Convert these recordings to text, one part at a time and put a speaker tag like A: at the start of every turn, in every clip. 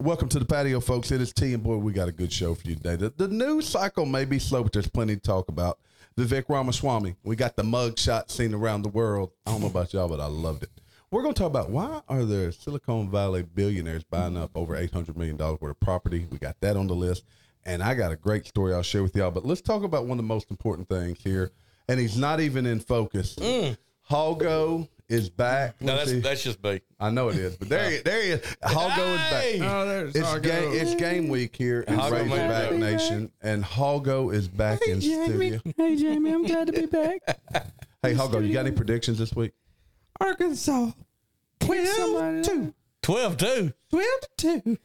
A: Welcome to the patio, folks. It is T, and boy, we got a good show for you today. The, the news cycle may be slow, but there's plenty to talk about. Vivek Ramaswamy, we got the mug shot seen around the world. I don't know about y'all, but I loved it. We're going to talk about why are there Silicon Valley billionaires buying up over $800 million worth of property? We got that on the list. And I got a great story I'll share with y'all. But let's talk about one of the most important things here. And he's not even in focus. Hogo is back.
B: Mm. No,
A: Let's
B: that's
A: see.
B: that's just me.
A: I know it is, but there, he- there he is. Hogo
B: Hey!
A: is back.
C: Oh, there's
A: It's
C: Hogo.
A: game, it's game week here in
B: Hogo made it
A: Razorback
B: up.
A: Nation, and Hogo is back in studio.
C: Hey, Jamie, I'm glad to be back.
A: Hey, Hogo, you got any predictions this week?
C: Arkansas. 12 to
B: 12 2.
C: 12 to 2.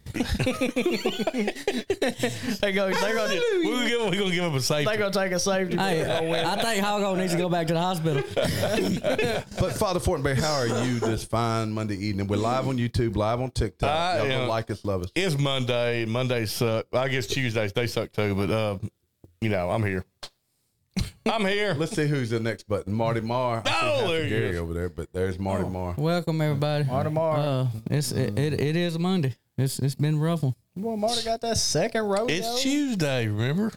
D: They go, they gonna,
B: We're going to give him a
D: they
B: safety.
D: gonna take a safety.
E: Hey,
D: break.
E: I think Hogo needs to go back to the hospital.
A: But Father Fortenberry, how are you this fine Monday evening? We're live on YouTube, live on TikTok.
B: I
A: Y'all go
B: am-
A: like us, love us.
B: It's Monday. Mondays suck. I guess Tuesdays, they suck too, but, uh, you know, I'm here. I'm here.
A: Let's see who's the next button. Marty Marr. I see
B: Oh,
A: Happy
B: there he
A: Gary
B: is.
A: over there, but there's Marty Marr.
E: Welcome everybody.
D: Marty Marr.
E: Uh, it's it, it, it is Monday. It's it's been rough one.
D: Boy, Marty got that second row.
B: It's Tuesday, remember?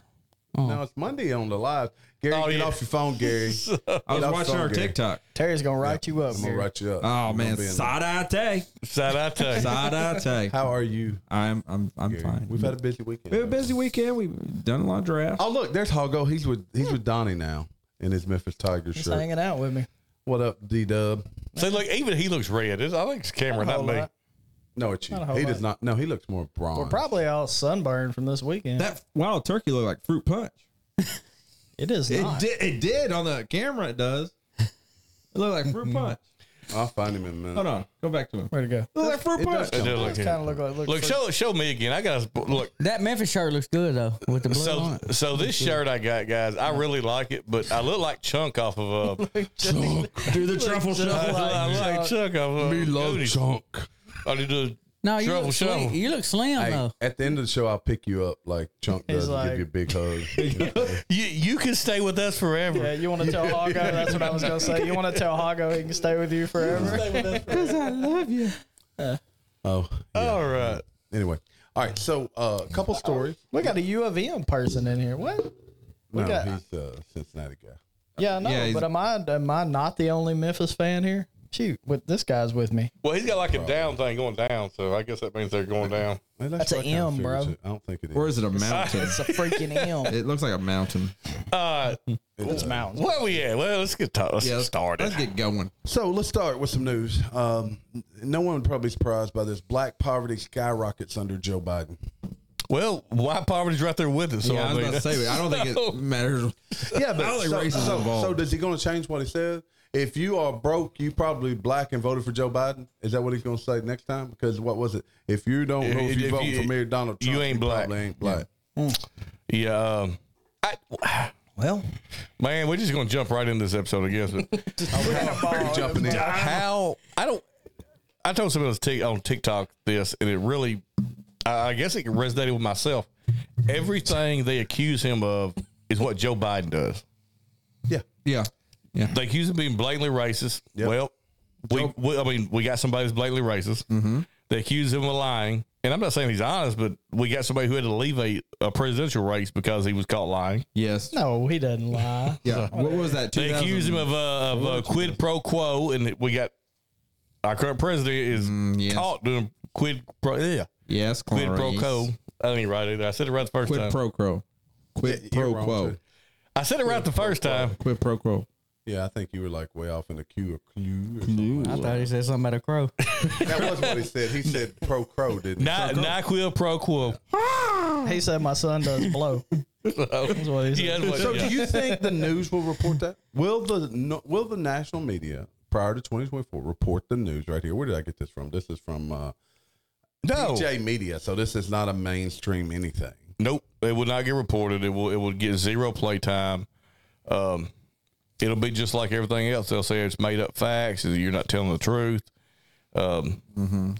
A: No, it's Monday on the live. Gary,
B: Oh,
A: get
B: yeah.
A: off your phone, Gary.
C: I was
A: Get off
C: watching
A: phone,
C: our
A: Gary.
C: TikTok.
D: Terry's gonna write you up.
A: I'm gonna
D: Gary.
A: write you up.
C: Oh
A: You're
C: man,
A: gonna be in there.
C: sadate,
B: Side I tell you.
C: sadate.
A: How are you?
C: I'm I'm I'm fine.
A: We've had a busy weekend.
C: We had a busy weekend. We've done a lot of drafts.
A: Oh look, there's Hogo. He's with he's with Donnie now in his Memphis Tigers
D: Hmm. He's
A: shirt.
D: hanging out with me.
A: What up, D Dub?
B: See, look, even he looks red. It's, I think it's Cameron,
D: Not a
B: not
D: whole
B: me.
D: lot.
A: No, it's you.
D: Not a whole
A: He
D: lot.
A: does not. No, he looks more bronze.
D: We're probably all sunburned from this weekend.
C: That wild turkey looked like fruit punch.
D: it is
C: It
D: not.
C: did. It did on the camera. It does. It looked like fruit punch.
A: I'll find him in a minute.
C: Hold on. Go back to him. It
D: Where to go?
C: looked like fruit
A: It does
C: punch.
B: It
A: come
B: does
A: back.
B: look
D: Kind of
B: him.
D: look like look.
B: Look, show show me again. I got to look.
E: That Memphis shirt looks good though, with the blue on
B: So
E: it.
B: so this shirt I got, guys, I really like it, but I look like Chunk off of uh,
E: Do the
D: truffle
B: I look- I look like Chunk off of uh, Goonies.
A: chunk.
B: I did the
E: No, you
B: Truffle
E: look,
B: shovel.
E: slim. you look slim
A: Hey,
E: though.
A: at the end of the show, I'll pick you up like Chunk
D: He's
A: does and
D: like-
A: give you a big hug.
B: You you can stay with us forever.
D: Yeah, you want to tell Hago? That's what I was gonna say. You want to tell Hago he can stay with you forever?
E: Because I love you.
A: oh,
B: All right.
A: anyway. All right, so uh, a couple stories.
D: we got a U of M person in here. What?
A: No,
D: got-
A: he's a Cincinnati guy.
D: Yeah, I know.
C: Yeah, he's-
D: but am I am I not the only Memphis fan here? Shoot, with this guy's with me.
B: Well, he's got like a down thing going down, so I guess that means they're going down.
A: Hey,
D: That's
A: what
D: a
A: I kinda
D: M,
A: figured
D: bro.
A: too. I don't think it is.
C: Or is it a mountain?
D: It's a freaking M.
C: It looks like a mountain.
B: Uh,
D: It's mountains.
B: where we at? Well, let's get to, let's
C: Yeah,
B: get
C: let's-
B: started.
C: Let's get going.
A: So let's start with some news. Um, no one would probably be surprised by this. Black poverty skyrockets under Joe Biden.
B: Well, white poverty's right there with us. So
C: yeah, I was
B: mean,
C: about to say. I don't think it matters.
A: Yeah,
C: I don't
A: but
C: think
A: so,
C: race is
A: so,
C: involved.
A: so does he going to change what he said? If you are broke, you probably black and voted for Joe Biden. Is that what he's going to say next time? Because what was it? If you don't know if,
B: If-
A: you
B: if
A: vote
B: you-
A: for Mayor Donald
B: you
A: Trump,
B: ain't black.
A: Probably ain't black.
B: yeah. Um, I,
D: Well,
B: man, we're just gonna jump right into this episode, I guess. But
A: We're jumping in.
B: how I don't. I told somebody else t- on TikTok this, and it really, I I guess it resonated with myself. Everything they accuse him of is what Joe Biden does.
A: Yeah,
C: Yeah. Yeah.
B: They accuse him of being blatantly racist. Well, we, we, I mean, we got somebody that's blatantly racist.
C: Mm-hmm.
B: They accuse him of lying. And I'm not saying he's honest, but we got somebody who had to leave a, a presidential race because he was caught lying.
C: Yes.
D: no, he doesn't lie.
C: Yeah. What was that?
B: They accuse him of, uh, of uh, quid pro quo, and we got our current president is
C: Mm, yes.
B: caught doing quid pro yeah
C: Yes.
B: quid pro
C: Clarice.
B: quo. I didn't write it. I said it right the first
C: Quid
B: time.
C: pro quo. Quid
A: you're
C: pro
A: wrong,
C: quo.
A: too.
B: I said it right the first time.
C: Quid pro quo.
A: yeah. I think you were like way off in the queue or clue. Or something.
E: I thought he said something about a crow.
A: that was what he said. He said pro crow, didn't he?
B: Not Nyquil pro quo.
D: He said my son does blow. That's what he said.
B: Yeah, that's what-
A: So,
B: yeah.
A: do you think the news will report that? Will the no, will the national media prior to 2024 report the news right here? Where did I get this from? This is from uh,
B: no.
A: DJ Media, so this is not a mainstream anything.
B: Nope, it will not get reported. It will it will get zero playtime. Um, it'll be just like everything else. They'll say it's made up facts. You're not telling the truth. Um,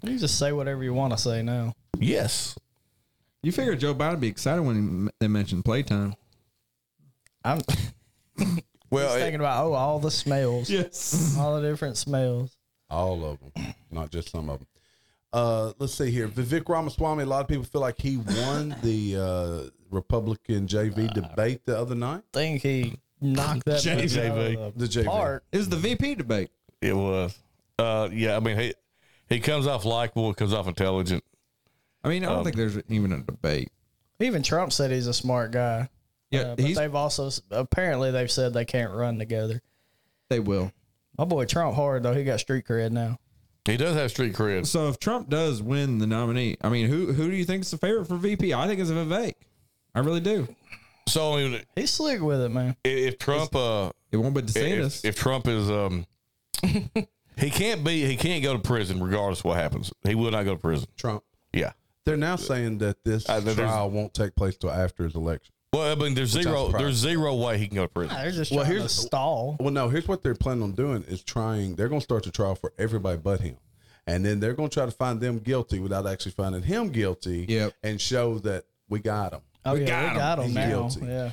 D: You just say whatever you want to say now.
B: yes,
C: You figure Joe Biden would be excited when he m- they mentioned playtime.
D: I'm
B: well, it-
D: thinking about oh all the smells,
C: Yes.
D: all the different smells.
A: All of them, not just some of them. Uh, let's see here. Vivek Ramaswamy, a lot of people feel like he won the uh, Republican JV debate the other night.
D: think he knocked that
B: JV.
D: bitch out of
A: The JV.
D: the park.
C: It was the VP debate.
B: It was. Uh, yeah, I mean, he he comes off likable, comes off intelligent.
C: I mean, I don't think there's even a debate.
D: Even Trump said he's a smart guy.
C: Yeah,
D: Uh, but
C: he's,
D: they've also s- apparently they've said they can't run together.
C: they will.
D: My boy Trump hard though. He got street cred now.
B: He does have street cred.
C: So if Trump does win the nominee, I mean, who who do you think is the favorite for VP? I think it's Vivek. I really do.
B: So I mean, i-
D: He's slick with it, man.
B: if Trump, uh,
C: It won't be DeSantis.
B: if, if Trump is, um, he can't be, he can't go to prison regardless of what happens. He will not go to prison.
A: Trump.
B: Yeah.
A: They're now saying that this
B: Uh, there's-
A: trial won't take place till after his election.
B: Well, I mean, there's zero, there's zero way he can go to prison.
D: They're just
A: Well,
D: trying to
A: here's-
D: stall.
A: Well, no, here's what they're planning on doing is trying, they're going to start the trial for everybody but him. And then they're going to try to find them guilty without actually finding him guilty
C: Yep.
A: and show that we got him.
D: Oh yeah,
C: got
D: we
C: him.
D: got him,
A: He's
D: now.
A: guilty.
D: Yeah,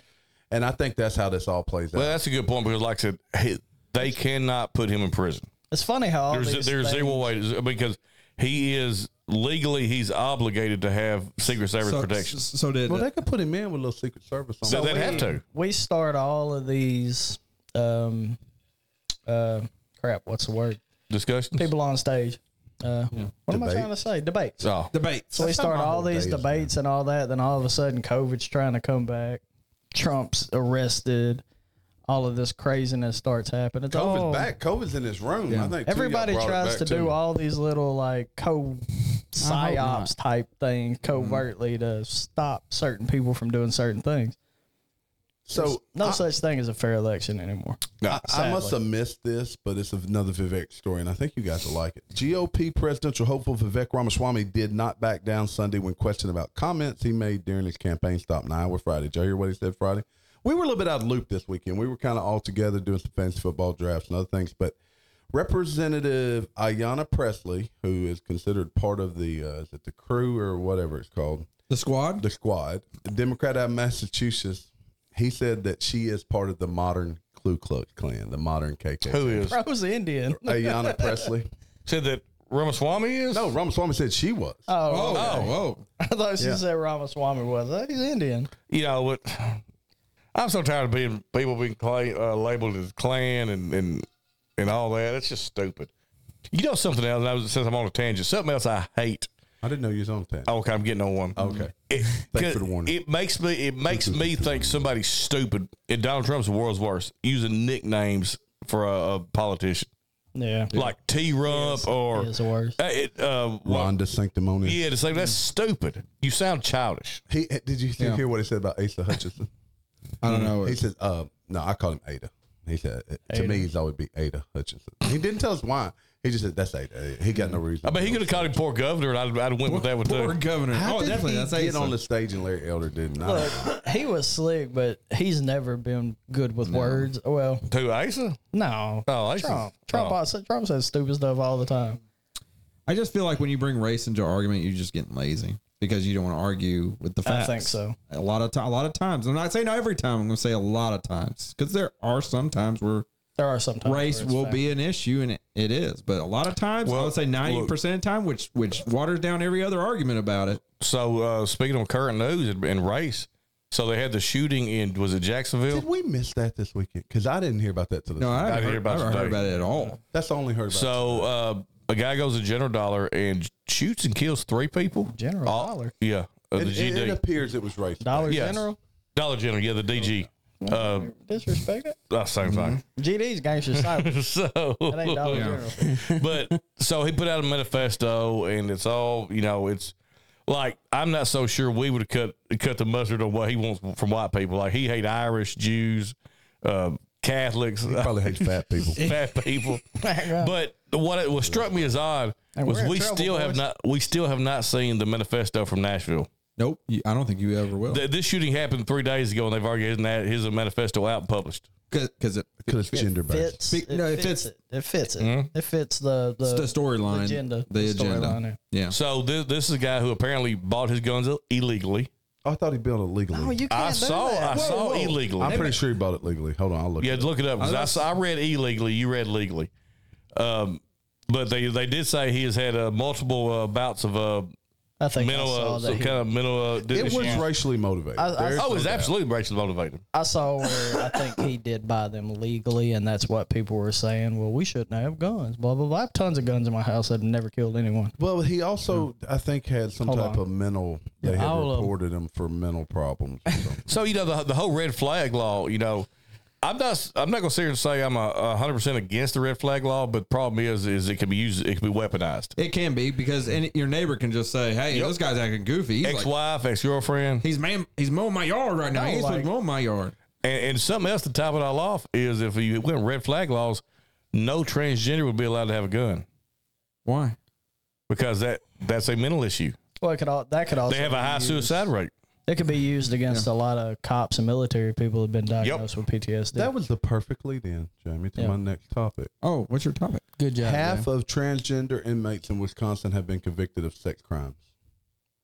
A: And I think that's how this all plays out.
B: Well, that's a good point because, like I said, he, they cannot put him in prison.
D: it's funny how all
B: There's,
D: these
B: there's
D: things-
B: zero way because he is legally he's obligated to have Secret Service
C: so,
B: protection.
C: so, so did
A: Well, they could put him in with a little Secret Service on.
B: So
A: him.
B: they'd have to.
D: we start all of these um uh crap what's the word
B: Discussions.
D: people on stage uh what am i
A: Debate.
D: trying to say debates
B: Oh,
C: debates.
D: so we
A: That's not
D: start
A: my
D: all
A: whole
D: these
A: days, man.
D: debates and all that then all of a sudden covid's trying to come back trump's arrested all of this craziness starts happening It's
A: COVID's
D: all-
A: back. COVID's in his room. I think two of y'all
D: Oh. everybody
A: brought it
D: tries
A: back
D: to
A: me.
D: do all these little like co
E: not.
D: psyops type
A: Mm-hmm.
D: things covertly to stop certain people from doing certain things
A: So
D: no
A: I-
D: such thing as a fair election anymore
A: I, I must have missed this, but it's another Vivek story, and I think you guys will like it. GOP presidential hopeful Vivek Ramaswamy did not back down Sunday when questioned about comments he made during his campaign stop in Iowa Friday. Did y'all hear what he said Friday? We were a little bit out of loop this weekend. We were kind of all together doing some fancy football drafts and other things, but Representative Ayanna Presley, who is considered part of the uh, is it the crew or whatever it's called,
C: The squad.
A: the squad, the Democrat out of Massachusetts, he said that she is part of the modern Ku Klux Klan, the modern KKK.
B: who is
D: Bro's Indian.
A: Ayanna Presley.
B: said that Ramaswamy is?
A: No, Ramaswamy said she was.
D: Oh,
C: oh, oh, oh.
D: I thought she
A: Yeah.
D: said Ramaswamy was. Uh, He's Indian.
B: you know what? I'm so tired of being people being cla uh, labeled as Klan and and and all that. That's just stupid. You know something else? and I was, since I'm on a tangent, something else I hate.
A: I didn't know you was on that.
B: Okay, I'm getting on one.
A: Okay.
B: It,
A: Thanks for the warning.
B: It makes me it makes me think somebody's stupid. And Donald Trump's the world's worst using nicknames for a, a politician
D: Yeah.
B: like T Rump or
D: He is the worst.
B: Uh, it, uh, what-
A: Rhonda Sanctimonious.
B: yeah, to say that's stupid. You sound childish.
A: He, did you
C: Yeah.
A: hear what he said about Asa Hutchinson?
C: I don't know.
A: he said, uh, no, I call him Ada. He said, uh, to me, he's always be Ada Hutchinson. He didn't tell us why. He just said, that's Ada. He got no reason.
B: I mean, he could have called him poor governor, and I'd, I'd went with that one
C: Poor
B: too.
C: governor.
A: How
C: oh,
A: did
C: definitely.
A: he
C: That's
A: get on
C: Asa.
A: the stage and Larry Elder did not?
D: Look, he was slick, but he's never been good with words. Oh, Well,
B: To Asa?
D: no.
B: Oh, Asa's-
D: Trump. Trump,
B: oh.
D: also- Trump says stupid stuff all the time.
C: I just feel like when you bring race into argument, you're just getting lazy because you don't want to argue with the
D: I
C: facts.
D: think so.
C: A lot of ti- a lot of times. I'm not saying not every time. I'm going to say a lot of times because there are some times where
D: There are some times
C: race
D: where it's
C: will
D: fact.
C: be an issue, and it, it is. But a lot of times, I
B: Well,
C: would say ninety percent of the time, which which waters down every other argument about it.
B: So uh, speaking on current news and, and race, so they had the shooting in was it Jacksonville?
A: Did we miss that this weekend? Because I didn't hear about that till this.
C: No, I
A: weekend.
C: haven't
B: hear
C: heard,
B: about
C: I haven't
B: today.
C: heard about it at all.
A: that's the only heard about.
B: So uh, a guy goes to General Dollar and shoots and kills three people.
D: General
B: All-
D: Dollar.
B: Yeah, uh,
A: it,
B: the
A: it-
B: GD
A: it appears it was race.
D: Dollar
B: Yes.
D: General?
B: Dollar General. Yeah, the DG. Uh,
D: Disrespect it.
B: uh, same thing.
D: GD's gangster cyber.
B: So
D: Mm-hmm. That ain't Dollar General.
B: but so he put out a manifesto, and it's all you know. It's like I'm not so sure we would cut cut the mustard on what he wants from white people. Like he hate Irish Jews, uh, Catholics,
A: Probably hates fat people.
B: fat people. but what what struck me as odd
D: And
B: was
D: we're in
B: we
D: trouble,
B: still have
D: boys.
B: not we still have not seen the manifesto from Nashville.
C: Nope, you, I don't think you ever will
B: Th- This shooting happened three days ago, and they've already had that- his manifesto out and published.
C: because it
A: Because it's gender based.
D: Fits,
C: Be-
D: it,
C: no, it
D: fits
C: fits- Mm-hmm.
D: it. It fits it. It fits the,
C: it's
D: the,
C: the storyline,
D: agenda.
C: the
D: The
C: agenda.
D: storyline.
C: Yeah,
B: So this, this is a guy who apparently bought his guns illegally.
A: I thought he built it legally.
D: Oh, you can't
B: I
D: do
B: saw I
D: that.
B: saw illegally.
A: I'm pretty sure he
D: Oh,
A: bought it legally. Hold on, I'll look.
B: Yeah,
A: it up.
B: look it up. 'cause I, saw- I read illegally. You read legally. Um, But they they did say he has had uh, multiple uh, bouts of uh,
D: I think
B: mental
D: I saw
B: uh,
D: that.
B: some
D: he-
B: kind of mental uh,
A: It
B: issues.
A: was racially motivated.
D: I- I-
A: There's
B: Oh,
A: no
B: it's
A: doubt.
B: absolutely racially motivated.
D: I saw where I think he did buy them legally, and that's what people were saying. Well, we shouldn't have guns. Blah blah blah. I have tons of guns in my house that have never killed anyone.
A: Well, he also, I think, had some
D: Hold
A: type
D: on. um,
A: of mental. They had
E: all of 'em.
A: reported him for mental problems. Or something.
B: So you know the the whole red flag law. You know, I'm not I'm not gonna sit here and say I'm a hundred percent against the red flag law, but the problem is is it can be used, it can be weaponized.
C: It can be because any, your neighbor can just say, "Hey, this guy's acting goofy. He's, like,
B: Ex-wife, ex-girlfriend,
C: he's man, he's mowing my yard right now.
D: No,
C: he's
D: like-
C: like, mowing my yard."
B: and, and something else to top it all off is if you went red flag laws, no transgender would be allowed to have a gun
C: Why?
B: because that that's a mental issue.
D: Well, it could all that could also
B: They have a
D: be
B: high
D: used-
B: suicide rate.
D: It could be used against a lot of cops and military people who've been diagnosed with PTSD.
A: That was the perfect lead in, Jamie, to
D: Yeah.
A: my next topic.
C: Oh, what's your topic?
E: Good job.
A: Half of transgender inmates in Wisconsin have been convicted of sex crimes.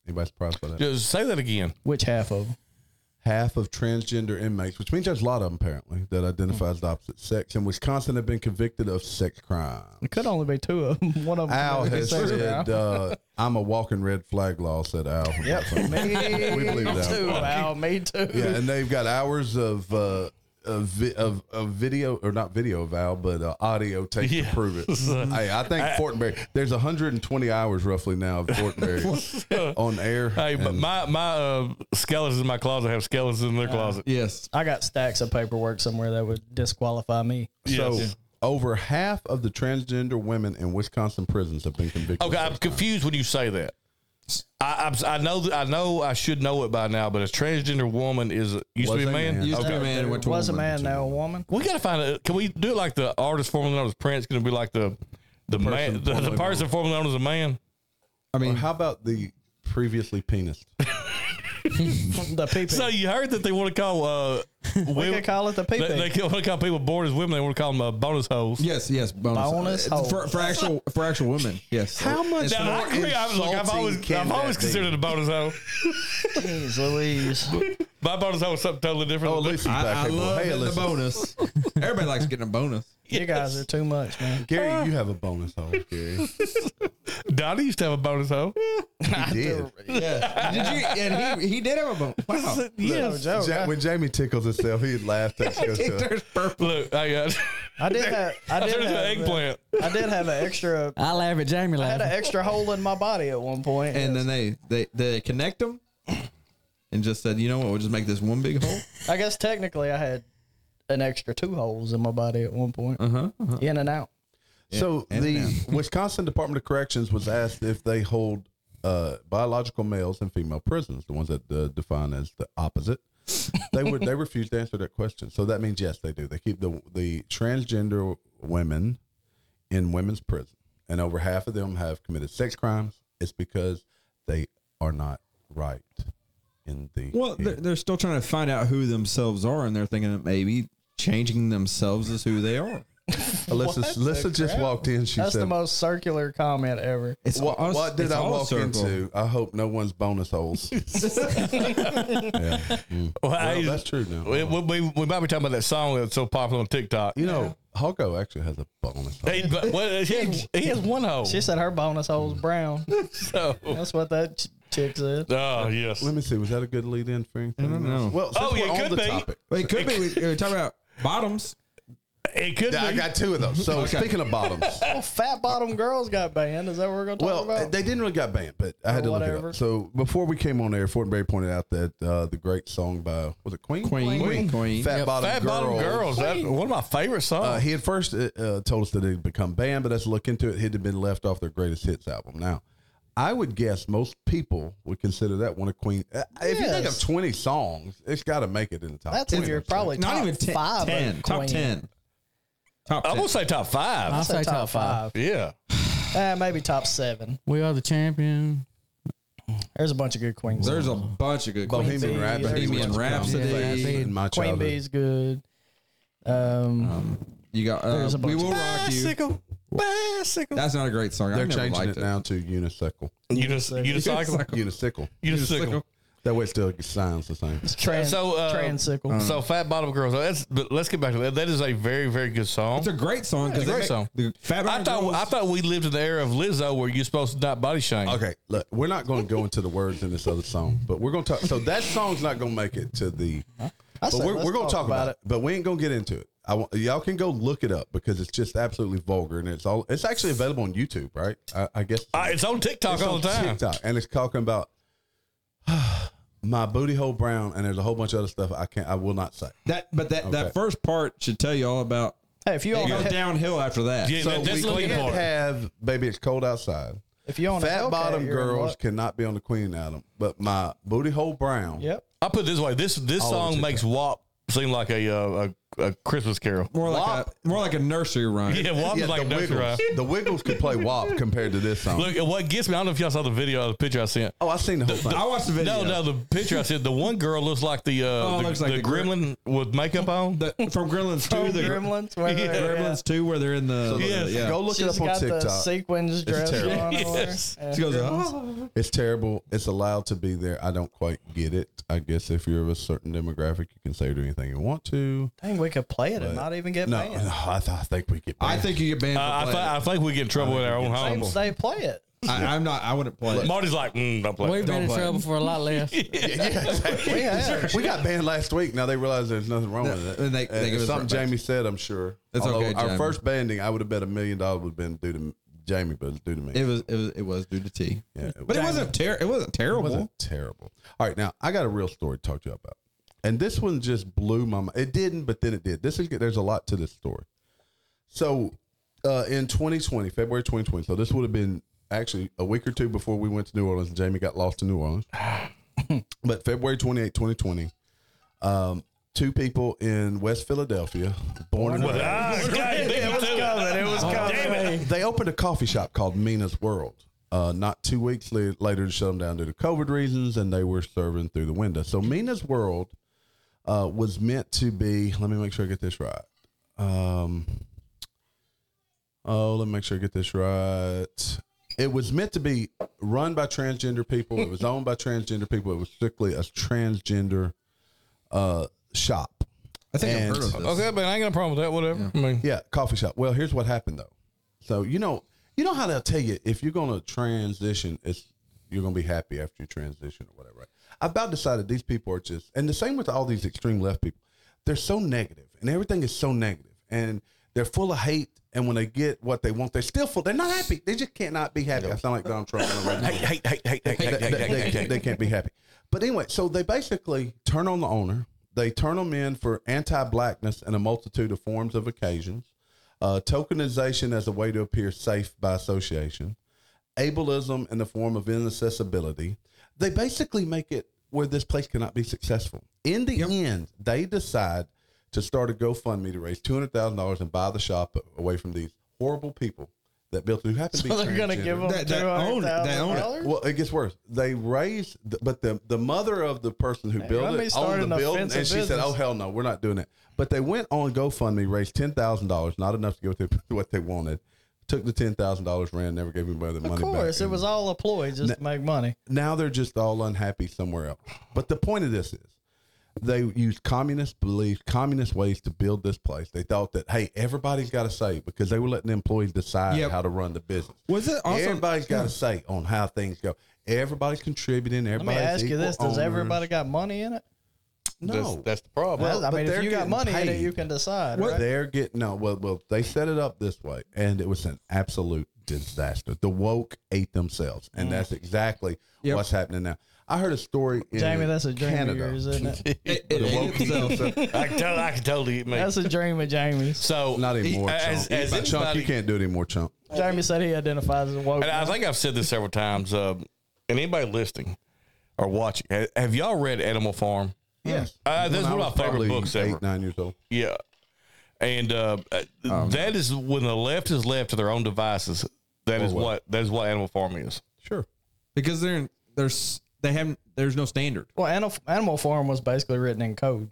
A: Anybody surprised by that?
B: Just say that again.
D: Which half of them?
A: Half of transgender inmates, which means there's a lot of them apparently that identify as the opposite sex, in Wisconsin have been convicted of sex crime.
D: It could only be two of them. One of them.
A: Al has
D: Say it now.
A: said, uh, "I'm a walking red flag law," said Al.
D: Yep. Me
A: We believe that.
D: too, Al. Me too.
A: Yeah, and they've got hours of uh, of, vi- of of video or not video Val, but uh, audio tape to
B: Yeah.
A: prove it. hey, I think Fortenberry. There's 120 hours roughly now of Fortenberry on air.
B: Hey, but
A: and
B: my my uh, skeletons in my closet have skeletons in their closet.
C: Yes.
D: I got stacks of paperwork somewhere that would disqualify me.
A: so
B: Yes.
A: over half of the transgender women in Wisconsin prisons have been convicted.
B: Okay, I'm confused when you say that. I, I'm, I know that I know I should know it by now, but a transgender woman is
A: Was
B: used to be
A: a
B: a man.
A: man.
C: Used to be a man, went to
D: was a
C: woman.
D: man, now a woman.
B: We gotta find a Can we do it like the artist formerly known as Prince? Going to be like the the man, the, the
A: formerly
B: person formerly known as a man.
C: I
A: Or
C: mean,
A: how about the previously penis?
D: The pee
B: So you heard that they want to call uh,
D: We
B: women.
D: could call it the pee
B: they, they want to call people born as women. They want to call them uh, bonus hoes.
C: yes, yes. Bonus,
D: Bonus
C: Uh,
D: hoes.
C: for, for actual for actual women. Yes.
A: How much
C: It's
B: Now,
A: more
B: I agree. I, look, I've
A: insulting
B: always
A: can
B: I've
A: that
B: always
A: be?
B: considered a bonus hoe.
D: Jeez Louise.
B: My bonus hoe is something totally different.
A: Oh, Lucy's
C: I,
A: back.
C: I
A: Hey, boy.
C: love
A: hey,
C: getting a
A: listen,
C: bonus. Everybody likes getting a bonus.
D: You guys are too much, man.
A: Gary, you have a bonus hole, Gary.
B: Donnie used to have a bonus hoe.
A: He did.
C: Yeah. Did you? And he, he did have a bonus. Wow.
D: No joke.
A: Ja- when Jamie tickles himself, he laughs at himself.
C: There's purple.
B: Look, I got.
D: I did have. I
B: I
D: did
B: turned
D: have.
B: into
D: uh,
B: an eggplant.
D: I did have an extra.
E: I laugh at Jamie
D: I had an
E: laughing.
D: extra hole in my body at one point.
C: And then they they they connect them, and just said, you know what? We'll just make this one big hole.
D: I guess technically I had an extra two holes in my body at one point,
C: Uh-huh, uh-huh.
D: in and out.
A: So
C: and
A: the Wisconsin Department of Corrections was asked if they hold uh, biological males and female prisons, the ones that uh, define as the opposite. They would they refused to answer that question. So that means yes, they do. They keep the the transgender women in women's prison, and over half of them have committed sex crimes. It's because they are not right in the
C: Well, they're,
A: head.
C: they're still trying to find out who themselves are, and they're thinking that maybe changing themselves is who they are.
A: Alyssa, Alyssa just walked in. She
D: That's
A: said,
D: the most circular comment ever.
C: It's
A: What,
C: all-
A: what did
C: it's
A: I
C: all a
A: walk
C: circle.
A: into? I hope no one's bonus holes. yeah. Mm.
B: Well, I-
A: Well, that's true now.
B: We, we, we might be talking about that song that's so popular on TikTok.
A: you know, Hulko actually has a bonus hole.
B: Hey, but- well, he, has, he has one hole.
D: She said her bonus hole's brown.
B: So,
D: That's what that ch- chick said.
B: oh yes.
A: Let me see. Was that a good lead in for anything? I
C: don't know.
A: Well, since
B: Oh, yeah,
A: we're on
B: could
A: the
B: be.
A: topic.
C: Well, it could be. We, we're talking about bottoms.
B: It could
A: Yeah, I
B: be.
A: got two of those. So speaking of bottoms,
D: Oh, fat bottom girls got banned. Is that what we're gonna talk
A: well,
D: about?
A: they didn't really got banned, but I had
D: Or
A: to look it
D: whatever.
A: up. So before we came on air, Fortenberry pointed out that uh, the great song by was it Queen?
C: Queen, Queen, Queen.
A: Fat Bottom
B: Fat Bottom Girls. That, one of my favorite songs.
A: Uh, he had first uh, uh, told us that it had become banned, but let's look into it. It had been left off their greatest hits album. Now, I would guess most people would consider that one of Queen. Uh, If you think of
D: Yes.
A: 20 songs, it's got to make it in the top
D: That's
A: 20.
D: if you're probably
C: Not
D: top
C: even ten,
D: five, of
C: 10 top
D: Queen.
C: ten, top
B: I'm
C: ten.
B: gonna say top five.
A: Uh,
E: I'll
D: Say top, five.
B: yeah.
D: Eh, maybe top seven.
E: We are the champion.
D: There's a bunch of good queens.
C: There's a bunch of good
A: Bohemian
C: queens.
D: Bee,
A: Rhapsody.
D: there's
C: Bohemian
D: a bunch of
C: Rhapsody.
D: Queen Bee.
E: Yeah, I think-
A: in my
D: Queen
A: childhood.
D: Bee's good. Um,
C: You got. Uh,
D: There's a
C: we
D: bunch
C: will
D: of-
C: rock you.
B: Bicycle. Bicycle.
C: That's not a great song.
A: They're
C: I've never
A: changing
C: liked
A: it now to unicycle.
B: Unicycle. Unicycle.
A: Unicycle.
B: Unicycle.
A: That way it still sounds the same.
D: It's trans,
B: so uh,
A: Uh-huh.
D: transicle.
A: um,
B: So fat bottom girls. That's but let's get back to that. That is a very very good song.
C: It's a great song. 'cause
B: It's a
C: it
B: great
C: make-
B: song.
C: The Fat
B: I
C: Bottom
B: thought
C: Girls-
B: I thought we lived in the era of Lizzo where you're supposed to not body shame.
A: Okay, look, we're not going to go into the words in this other song, but we're going to talk. So that song's not going to make it to the. But
D: say
A: we're
D: let's
A: we're going to talk about it, but we ain't going to get into it. I want, y'all can go look it up because it's just absolutely vulgar and it's all. It's actually available on YouTube, right? I, I guess
B: Uh, it's on TikTok
A: It's
B: all
A: on
B: the time.
A: TikTok, and it's talking about my booty hole brown, and there's a whole bunch of other stuff I can't, I will not say.
C: that, but that,
A: Okay.
C: that first part should tell you all about.
D: Hey, if you
C: It
D: own
C: goes
D: a,
C: downhill after that.
B: Yeah, that- that's
A: we
B: looking
A: can't
B: for. it.
A: have baby. It's cold outside.
D: if you own a
A: Fat
D: Hellcat,
A: bottom
D: you're in
A: girls
D: luck.
A: cannot be on the Queen Adam, but my booty hole brown.
D: Yep.
B: I put it this way. This this
A: All over
B: song makes WAP seem like a uh, a, a Christmas carol.
C: More like a more like a nursery rhyme.
B: Yeah, WAP
A: Yeah,
B: is like a
A: the,
B: nursery rhyme.
A: Wiggles, the Wiggles could play WAP compared to this song.
B: Look, and what gets me, I don't know if y'all saw the video or the picture I sent.
A: oh, I've seen the whole thing.
C: I watched the video.
B: No, no, the picture I sent. The one girl looks like the uh,
C: Oh,
B: the,
C: looks like
B: the
C: the gr-
B: gremlin with makeup on.
C: The- from Gremlins
D: Oh,
C: two. The
D: Gremlins. where
B: Yeah.
D: they're- yeah.
C: Gremlins two, where they're in the.
B: Yes.
C: yeah.
A: Go look
D: She's
A: it up on
D: got the
A: TikTok.
D: sequins dress
A: terrible.
D: on. over there.
B: Yes.
D: Yeah.
C: She goes,
A: It's terrible. It's allowed to be there. I don't quite get it. I guess if you're of a certain demographic, you can say or do anything you want to.
D: Dang, we could play it and not even get
A: No, no
D: banned.
A: I, th- I think we get.
C: I think you get banned.
B: I, Uh, I,
C: for
B: th-
C: playing
B: I think we get in trouble with our own
D: They-
B: home.
D: They play it.
C: I, I'm not. I wouldn't play it.
B: Marty's like, mm, don't play.
E: We've been in
C: play.
E: trouble for a lot less.
D: We have.
A: we got banned last week. Now they realize there's nothing wrong with it.
C: And they-
A: And
C: they give
A: it's
C: us
A: something
C: right back.
A: Jamie said. I'm sure.
C: It's
A: Although
C: okay,
A: Our
C: Jamie.
A: first banding, I would have bet a million dollars would have been due to Jamie, but it's due to me.
C: It was. It was. It was due to tea.
A: Yeah, it
C: but it wasn't. Ter- it wasn't terrible.
A: wasn't terrible. All right, now I got a real story to talk to you about, and this one just blew my mind. It didn't, but then it did. This is there's a lot to this story. So, uh, in 2020, February 2020, so this would have been actually a week or two before we went to New Orleans. and Jamie got lost in New Orleans, but February 28, 2020. Um, Two people in West Philadelphia, born and
B: Well,
A: raised.
B: ah, God, he beat me to It was coming. Damn it.
A: They opened a coffee shop called Mina's World. Uh, not two weeks la- later, to shut them down due to COVID reasons, and they were serving through the window. So Mina's World uh, was meant to be. Let me make sure I get this right. Um, oh, let me make sure I get this right. It was meant to be run by transgender people. It was owned by transgender people. It was strictly a transgender uh, shop.
C: I think
A: And-
C: I've heard of this.
B: Okay, man, I ain't got a problem with that. Whatever. I mean,
A: Yeah, coffee shop. Well, here's what happened though. So you know, you know how they'll tell you if you're gonna transition, it's you're gonna be happy after you transition or whatever. Right? I about decided these people are just, and the same with all these extreme left people. They're so negative, and everything is so negative, and they're full of hate. And when they get what they want, they're still full. They're not happy. They just can't not be happy. I sound like Donald Trump. on the radio
B: hey, hey, hey, hey, hey,
A: they, they- they- they can't be happy. But anyway, so they basically turn on the owner. They turn them in for anti-blackness and a multitude of forms of occasions, uh, tokenization as a way to appear safe by association, ableism in the form of inaccessibility. They basically make it where this place cannot be successful. In the end, they decide to start a GoFundMe to raise two hundred thousand dollars and buy the shop away from these horrible people that built who happen to be.
D: So they're gonna give
A: transgender.
D: them
C: That- that own it. That own it.
D: $200,000?
A: Well, it gets worse. They raised, the, but the the mother of the person who built
D: let me
A: it
D: start
A: owned the
D: an
A: building, and she
D: offensive
A: said,
D: business.
A: "Oh hell no, we're not doing that." But they went on GoFundMe, raised ten thousand dollars, not enough to get what they, what they wanted. Took the ten thousand dollars, ran, never gave anybody the
D: Of
A: money
D: course,
A: back.
D: it was all a ploy just to make money.
A: now they're just all unhappy somewhere else. But the point of this is, they used communist beliefs, communist ways to build this place. They thought that hey, everybody's got to say because they were letting the employees decide
C: Yep.
A: how to run the business.
C: Was it also? Hmm.
A: everybody's got a say on how things go. Everybody's contributing.
D: Let me
A: Everybody's
D: ask you
A: equal
D: this: Does
A: owners.
D: everybody got money in it?
A: No,
B: That's, that's the problem.
A: Well,
D: I
A: but
D: mean,
A: they're
D: if you got
A: getting
D: money in
A: paid.
D: it, you can decide. Right?
A: they're getting no. Well, well, they set it up this way, and it was an absolute disaster. The woke ate themselves, and that's exactly
C: Mm. Yep.
A: what's happening now. I heard a story. In
D: Jamie, that's a dream
A: Canada.
D: of yours, isn't it?
C: It- it-
A: The woke
C: it-
A: ate themselves.
B: I can, tell, I can totally eat me.
D: That's a dream of Jamie's.
B: so
A: Not anymore,
B: As,
A: Chunk.
B: as
A: But Chunk, you
B: anybody,
A: can't do it anymore, Chunk.
D: Jamie said he identifies as a woke.
B: and I
D: man.
B: think I've said this several times. Uh, and anybody listening or watching, ha- have y'all read Animal Farm?
A: Yes,
B: Uh, that's
A: When I
B: one
A: was
B: of my favorite
A: probably
B: books
A: Eight,
B: ever.
A: nine years old.
B: Yeah. And uh,
A: Um,
B: uh that is when the left is left to their own devices. That is
A: what?
B: what that is what Animal Farm is.
A: Sure.
C: because they're there's they haven't there's no standard.
D: well, Animal, Animal Farm was basically written in code.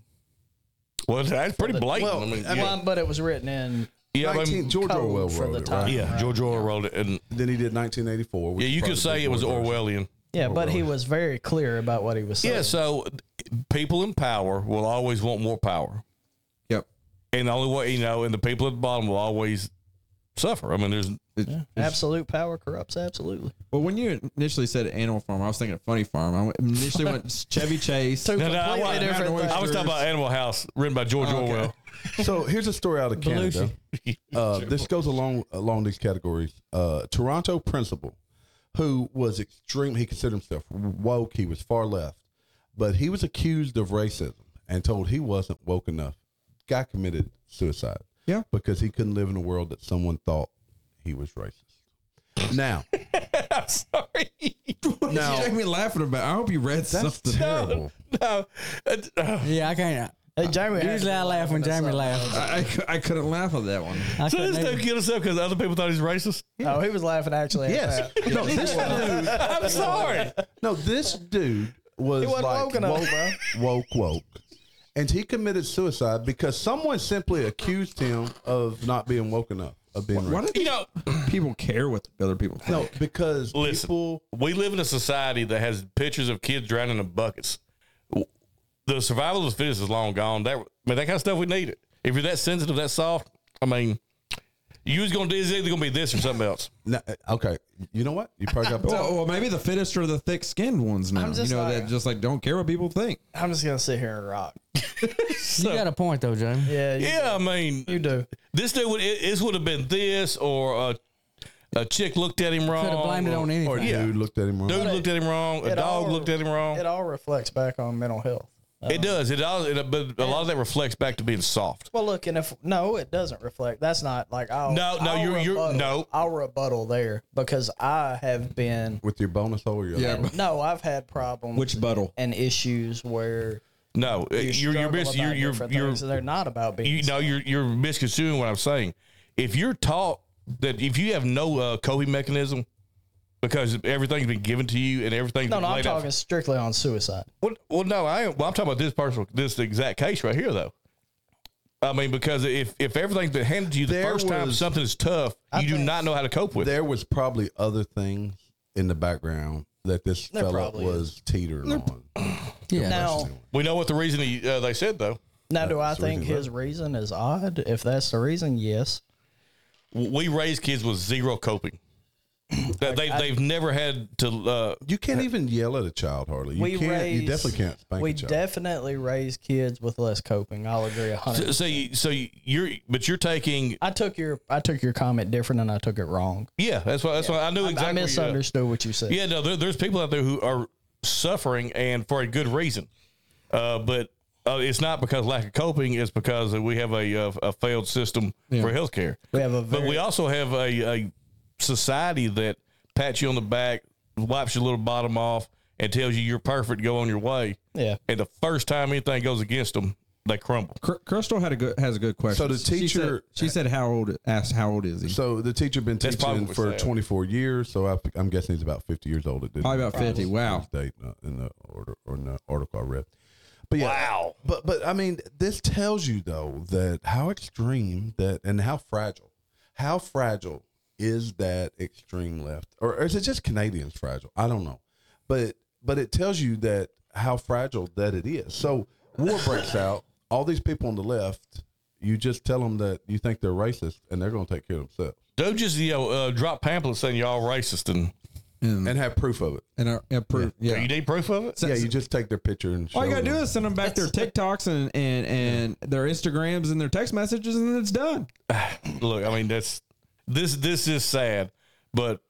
B: Well, that's pretty blatant.
D: Well,
B: I mean,
D: I
B: yeah,
D: mean, but it was written in.
B: yeah, I mean,
A: 19, George
D: code
A: Orwell
D: for
A: wrote
D: the
A: it,
D: time.
A: right?
B: yeah, George Orwell wrote it, and
A: Then he did 1984. which
B: yeah,
A: is
B: you
A: probably
B: could
A: the
B: say
A: big
B: it was
A: one.
B: Orwellian.
D: Yeah, but he was very clear about what he was saying.
B: Yeah, so people in power will always want more power.
C: Yep.
B: And the only way, you know, and the people at the bottom will always suffer. I mean, there's
D: Absolute power corrupts absolutely.
C: Well, when you initially said Animal Farm, I was thinking of Funny Farm. I went- initially went Chevy Chase.
D: Two
B: no, I-
D: completely
B: I-
D: different
C: I
D: things.
B: I was talking about Animal House, written by George
C: okay.
B: Orwell.
A: So here's a story out of Canada. Uh, this goes along along these categories. Uh, Toronto principal, who was extreme, he considered himself woke. He was far left, but he was accused of racism and told he wasn't woke enough. Guy committed suicide.
C: Yeah.
A: because he couldn't live in a world that someone thought he was racist. Now,
B: I'm sorry.
C: You
A: now
C: make me laughing about. I hope you read
A: that's
C: something.
A: terrible.
B: No. Uh,
E: Yeah, I can't.
D: Hey, Jamie had to
E: Usually
D: be
E: I laugh when
D: laughing at
E: Jamie
D: something.
E: laughs.
C: I, I cou- I couldn't laugh at that one.
E: I
B: so
E: couldn't
B: this dude
E: even-
B: killed himself because other people thought he's racist.
D: Oh, he was laughing actually. at
A: Yes,
D: that.
A: no, this dude
B: I'm sorry.
A: No, this dude was
D: He wasn't
A: like
D: woke enough, bro.
A: woke, woke, woke. and he committed suicide because someone simply accused him of not being woke enough, of being
C: Why
A: racist.
C: do
B: You know,
C: people care what other people think?
A: No, because
B: Listen.
A: people.
B: we live in a society that has pictures of kids drowning in buckets. The survival of the fittest is long gone. That I mean, that kind of stuff we need it. If you're that sensitive, that soft, I mean, you was gonna do it's either gonna be this or something else.
A: No, okay, you know what? You probably got.
C: Well, well, maybe the fittest are the thick-skinned ones now.
D: I'm just
C: you know
D: like-
C: that just like don't care what people think.
D: I'm just gonna sit here and rock.
E: You got a point though, Jamie.
D: Yeah, you,
B: Yeah, I mean,
D: you do.
B: this dude would it, this would have been this or a, a chick looked at him wrong.
E: Could have blamed it on
B: Oh, or-
E: anything.
A: Or
B: yeah.
A: dude looked at him wrong.
B: Dude looked at him wrong. A
D: it
B: dog
D: all-
B: looked at him wrong.
D: It
B: It,
D: all reflects back on mental health.
B: does. It all. It, but a lot of that reflects back to being soft.
D: Well, look, and if no, it doesn't reflect. That's not like I'll
B: No, no,
D: I'll
B: you're- you're-
D: rebuttal-
B: no.
D: I'll rebuttal there because I have been
A: with your bonus hole, your
C: Yeah,
D: no, I've had problems
C: Which buttle?
D: and issues where
B: No, eh,
D: you
B: you're you're
D: struggle
B: mis-
D: about
B: you're you're,
D: different
B: you're,
D: things, and they're not about being
B: you know you're you're misconstruing what I'm saying. If you're taught that if you have no uh, coping mechanism because everything's been given to you and everything's
D: No,
B: been
D: no, I'm
B: laid out-
D: talking strictly on suicide.
B: Well, well, no, I am. Well, I'm talking about this personal, this exact case right here, though. I mean, because if if everything's been handed to you the
A: There
B: first time
A: was-
B: something is tough, you do not know how to cope with. it.
A: There was probably other things in the background that this
D: There
A: fella
D: probably
A: was teetering on.
E: Yeah.
D: Now,
B: We know what the reason he, uh, they said though.
D: now, do I
A: that's the
D: think
A: reason,
D: his reason is odd? If that's the reason, yes.
B: W- We raise kids with zero coping. That they they've never had to. Uh,
A: You can't even yell at a child hardly. You
D: we
A: can't.
D: raise,
A: you definitely can't spank
D: We
A: a child.
D: definitely raise kids with less coping. I'll agree a hundred.
B: so you, so you- you're but you're taking
D: I took your I took your comment different and I took it wrong.
B: yeah. That's why that's why I knew exactly.
D: I
B: where you-
D: misunderstood what you said.
B: Yeah, no, there, there's people out there who are suffering and for a good reason. Uh, but uh, it's not because lack of coping; it's because we have a a, a failed system for healthcare.
D: We have a
B: but we
D: very-
B: also have a, a society that pats you on the back, wipes your little bottom off, and tells you you're perfect, go on your way.
D: Yeah.
B: And the first time anything goes against them, they crumble.
C: Cr- Crystal had a good has a good question.
A: So the
C: She said-
A: teacher-
C: she said, how old asked how old is he?
A: So the teacher been
B: That's
A: teaching
B: probably
A: for
B: sad.
A: 24 years, so I, I'm guessing he's about 50 years old. It didn't
C: Probably about 50, wow.
A: Date uh, in the order or in the article I read. But yeah,
B: Wow.
A: But but I mean, this tells you though that how extreme that and how fragile, how fragile is that extreme left, or, or is it just Canadians fragile? I don't know, but but it tells you that how fragile that it is. So war breaks out. All these people on the left, you just tell them that you think they're racist, and they're going to take care of themselves.
B: Don't just you know uh, drop pamphlets saying y'all racist and
A: and have proof of it.
C: And I, I proof, yeah.
B: you need proof of it.
A: yeah, you just take their picture and. Show
C: All you gotta do
A: them.
C: is send them back their TikToks and and and their Instagrams and their text messages, and it's done.
B: Look, I mean that's this this is sad, but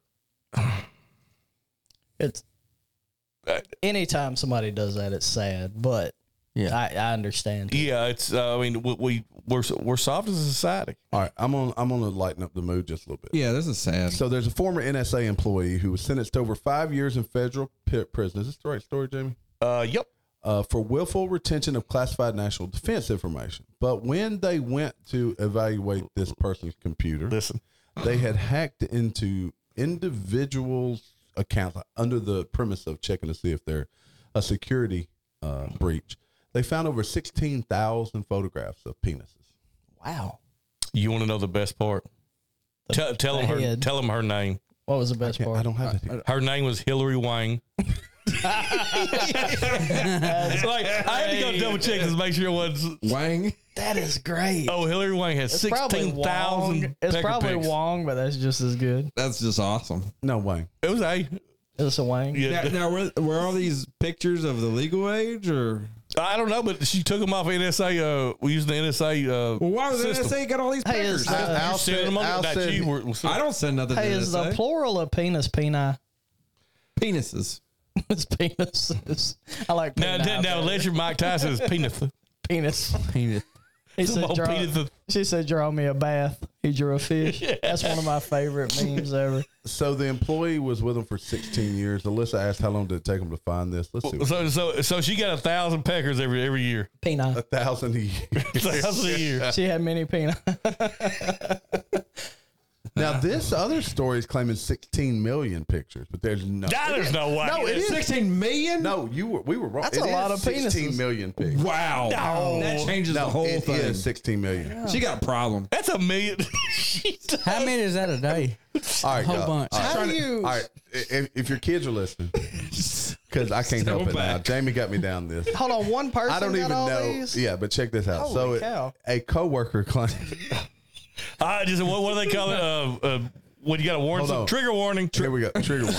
D: It's anytime somebody does that, it's sad. But
E: Yeah.
D: I, I understand.
B: Yeah, it's. Uh, I mean, we, we we're we're soft as a society.
A: All right, I'm on. I'm going to lighten up the mood just a little bit.
C: Yeah, this is sad.
A: So there's a former NSA employee who was sentenced to over five years in federal pi- prison. Is this the right story, Jamie?
B: Uh, yep.
A: Uh, for willful retention of classified national defense information. But when they went to evaluate this person's computer,
B: Listen,
A: they had hacked into individuals' accounts under the premise of checking to see if they're a security uh, breach. They found over 16,000 photographs of penises.
D: Wow.
B: you want to know the best part? Tell tell
D: the
B: him her
D: head.
B: tell him her name.
D: What was the best part?
A: I don't have it. Here.
B: Her name was Hillary Wang. it's like I had to go double check to make sure it was.
F: Wang.
D: that is great.
B: Oh, Hillary Wang has
D: It's probably
B: sixteen
D: Wong.
B: thousand.
D: It's probably Wong, but that's just as good.
C: That's just awesome.
A: No way.
B: It was a.
D: It's a Wang.
C: Now,
B: Yeah,
C: now were, were all these pictures of the legal age or?
B: I don't know, but she took them off NSA. Uh, we used the NSA. Uh,
C: Well, why was
B: system.
C: NSA got all these
D: Hey,
C: pictures?
D: is, uh,
B: You sent them
A: Al
B: on that
A: said-
B: you were- was-
C: I don't send nothing
D: Hey,
C: to eh?
D: is the
C: NSA.
D: plural of penis peni?
C: Penises.
D: It's penises. I like
B: Now,
D: peni.
B: now, now,
D: better.
B: Ledger Mike Tyson is penis.
D: penis.
E: Penis.
D: He
B: Some
D: said,
B: old
D: draw,
B: penis of-
D: she said, draw me a bath. He drew a fish. That's one of my favorite memes ever.
A: So the employee was with him for 16 years. Alyssa asked how long did it take him to find this. Let's see.
B: So, so, so she got a thousand peckers every every year.
A: a
D: Peni.
A: thousand a year.
B: Thousand a year.
D: She had many peni.
A: Now this other story is claiming 16 million pictures, but there's no.
B: Nah, there's no way.
A: No, it is.
C: Sixteen million.
A: No, you were. We were wrong.
D: That's a
A: is
D: lot of
A: 16
D: penises.
A: million pictures.
C: Wow. That changes
A: No,
C: the whole
A: it
C: thing.
A: is 16 million.
C: She got a problem.
B: That's a million.
E: How many is that a day?
A: All right,
E: Whole
A: y'all.
E: bunch.
A: All right.
D: How do
A: All
D: you?
A: right, if, if your kids are listening, because I can't help it now. Jamie got me down this.
D: Hold on, one person.
A: I don't
D: got
A: even
D: all
A: know.
D: These?
A: Yeah, but check this out.
D: Holy
A: so it-
D: cow.
A: a coworker claimed
B: I just what, what do they call it? Uh, uh, when you got a warning,
A: Hold on.
B: trigger warning.
A: Here we go. Trigger one.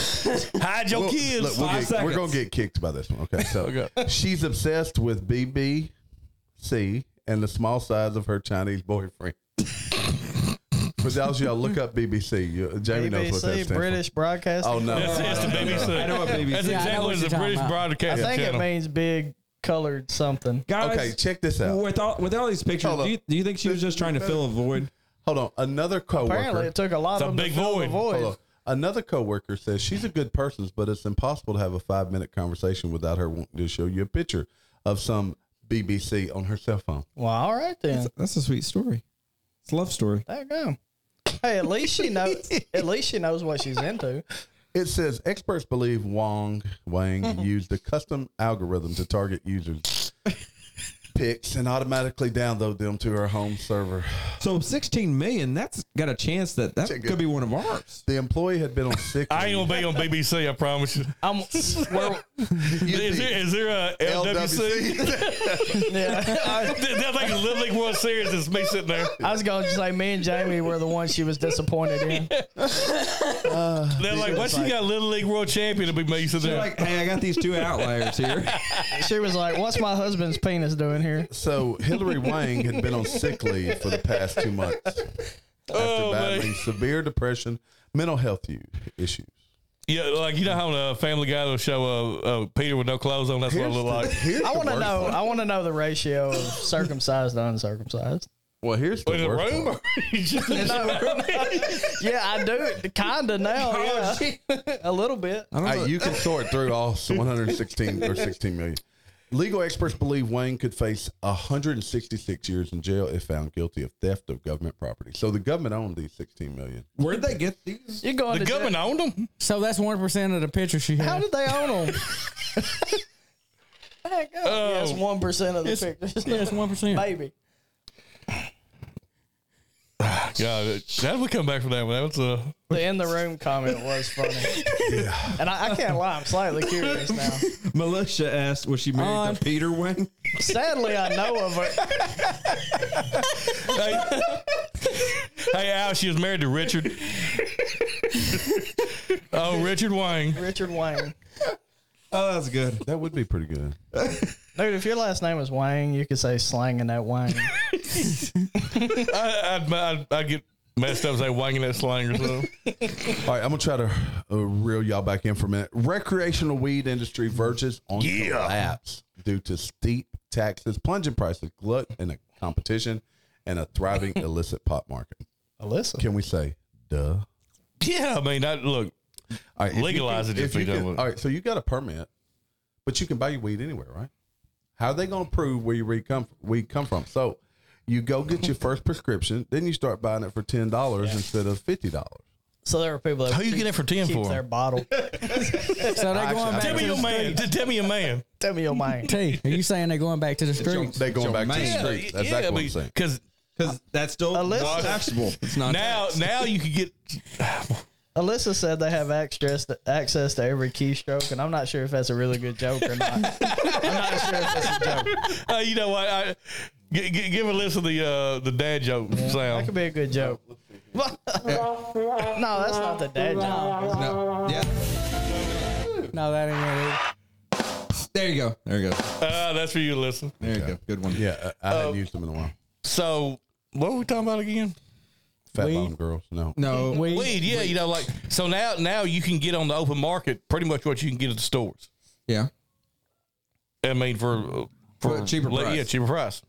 B: Hide your kids.
A: Look, we'll
C: Five
A: get, we're
C: seconds.
A: gonna get kicked by this one. Okay. So she's obsessed with BBC and the small size of her Chinese boyfriend. For those of y'all, look up BBC. You- Jamie knows what that
D: BBC,
A: stands for.
D: British Broadcasting.
A: Oh no.
B: That's, that's the BBC.
C: I know what BBC
B: That's
E: Yeah, I
B: exactly
E: know what
B: what the
E: you're talking
B: British
E: about.
D: I
B: broadcast
D: think it
B: channel.
D: means big colored something.
C: Guys,
A: Okay, check this out.
C: with all with all these pictures,
A: Hold up.
C: do you, do you think she was just trying to fill a void?
A: Hold on. Another coworker.
D: Apparently, it took a lot
B: It's a
D: of them to
B: big
D: fill the
B: void.
D: void.
A: Hold on. Another coworker says she's a good person, but it's impossible to have a five minute conversation without her wanting to show you a picture of some BBC on her cell phone.
D: Well, all right then.
C: That's a sweet story. It's a love story.
D: There you go. Hey, at least she knows. at least she knows what she's into.
A: It says experts believe Wong Wang
B: Mm-hmm.
A: used a custom algorithm to target users' pics and automatically download them to her home server.
C: So sixteen million. That's got a chance that that
A: Check it.
C: could be one of ours.
A: The employee had been on sick.
B: I ain't gonna be on BBC. I promise you.
D: I'm. Where,
B: Is there, is there a LWC?
D: yeah,
B: I
D: I,
B: think the Little League World Series is me sitting there.
D: I was gonna say me and Jamie were the ones she was disappointed in.
B: They're like, what you got Little League World Champion to be me sitting
C: They're
B: there?
C: like, hey, I got these two outliers here.
D: She was like, "What's my husband's penis doing here?"
A: So Hillary Wang had been on sick leave for the past two months after
B: Oh, man.
A: battling severe depression, mental health u- issues.
B: Yeah, like you know how a Family Guy will show uh, uh, Peter with no clothes on. That's what it
A: Here's
B: look
A: the-
B: like.
A: here's
D: I
A: the
D: want to
A: worst
D: know.
A: part.
D: I want to know the ratio of circumcised to uncircumcised.
A: Well, here's the
B: In the
A: worst
B: room,
A: part.
B: or just in the
D: Yeah, I do. Kinda now. yeah. a little bit.
C: I don't
A: Hey, you can sort through all 116 or 16 million. Legal experts believe Wayne could face 166 years in jail if found guilty of theft of government property. So the government owned these 16 million.
C: Where'd they get these?
D: You're going
B: the
D: to jail.
B: government owned them.
E: So that's one percent of the picture she
D: How
E: had.
D: did they own them? Heck, oh, yes, one percent of the
E: It's-
D: pictures.
E: Yeah, it's one percent.
D: Baby,
B: God, that would come back from that one. That was uh,
D: the in the room comment was funny, and I, I can't lie. I'm slightly curious now.
C: Militia asked, was she married
E: On.
A: Uh,
C: to Peter Wayne?
D: Sadly, I know of it.
B: hey, hey, Al, she was married to Richard. oh, Richard Wang.
D: Richard Wang.
C: Oh, that's good.
A: That would be pretty good.
D: Dude, if your last name was Wang, you could say slanging that Wang.
B: I, I'd, I'd, I'd get messed up, say wanging that slang or something.
A: All right, I'm gonna try to uh, reel y'all back in for a minute. Recreational weed industry verges on collapse due to steep taxes, plunging prices, glut and a competition, and a thriving illicit pot market.
D: Alyssa.
A: Can we say, duh?
B: Yeah, I mean, I, look,
A: All right, if you
B: Legalize it if
A: you
B: we don't
A: can-
B: want-
A: All right, so you got a permit, but you can buy your weed anywhere, right? How are they going to prove where your weed come weed come from? So you go get your first prescription, then you start buying it for ten dollars instead of fifty dollars.
D: So there are people that
B: how you
D: keep,
B: get it for ten
D: keep their
B: for?
D: bottle.
E: So they're going back
B: Tell me
E: to
B: your
E: the
B: man.
E: streets.
B: T- Tell me your man.
D: Tell me your Wang.
E: T, are you saying they're going back to the streets?
A: They going
C: your
A: back to the
C: man.
A: streets. That's exactly what I'm saying.
B: because
C: Because that's still
D: Alyssa.
C: taxable. It's not
B: now, now you could get.
D: Alyssa said they have access to, access to every keystroke, and I'm not sure if that's a really good joke or not. I'm not sure if it's a joke.
B: Uh, you know what? I, g- g- give a listen to the uh, the dad joke
D: That
B: sound.
D: could be a good joke. no, that's not the dad joke.
C: No. Yeah.
E: No, that ain't it.
C: There you go. There you go.
B: Uh, that's for you to listen.
C: There you go. Good one.
A: Yeah, uh, I, I hadn't used them in a while.
B: So what were we talking about again?
A: Fat bottom girls. No.
C: No.
D: We,
B: Weed. Yeah, you know, like so now now you can get on the open market pretty much what you can get at the stores.
C: Yeah.
B: I mean for uh, for,
C: For a cheaper
B: like,
C: price.
B: Yeah, cheaper price.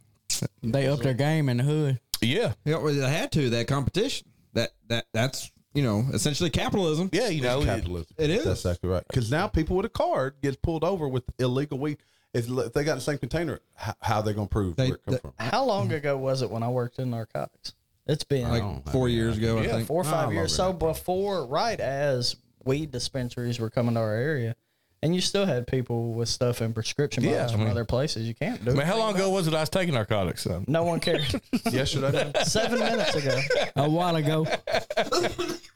E: They upped their game in the hood.
B: Yeah,
C: Yeah, well, they had to that competition. That that that's you know essentially capitalism.
B: yeah. You know, it-
A: capitalism.
C: it is.
A: That's exactly right. Because now people with a card gets pulled over with illegal weed. If, if they got the same container, how, how are they going to prove
C: They-
A: where it comes
C: they-
A: from?
D: how long ago was it when I worked in narcotics? It's been
C: Like
A: don't know.
C: four years ago, Oh, I
D: yeah,
C: think.
D: four or five
A: I'm
D: years. So before, right as weed dispensaries were coming to our area, and you still had people with stuff in prescription bottles from other places. You can't do
B: I
D: it.
B: mean, how long ago was it I was taking narcotics? Um,
D: No one cared.
A: Yesterday,
D: Seven minutes ago.
E: A while ago.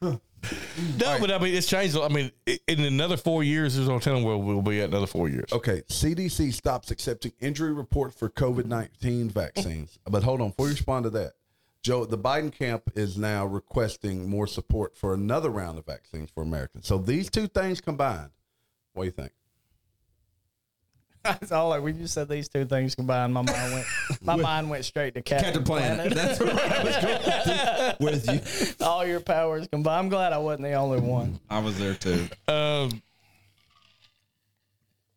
B: No, but I mean, it's changed. I mean, i- in another four years, there's no telling where we'll be at another four years.
A: Okay, CDC stops accepting injury reports for COVID 19 vaccines. But hold on, before you respond to that, Joe, the Biden camp is now requesting more support for another round of vaccines for Americans. So these two things combined, what do you think?
D: That's all. Like when you said these two things combined, my mind went. My mind went straight to Captain,
C: Captain
D: Planet.
C: Planet. That's where I was going with you.
D: all your powers combined. I'm glad I wasn't the only one.
C: I was there too.
B: Um,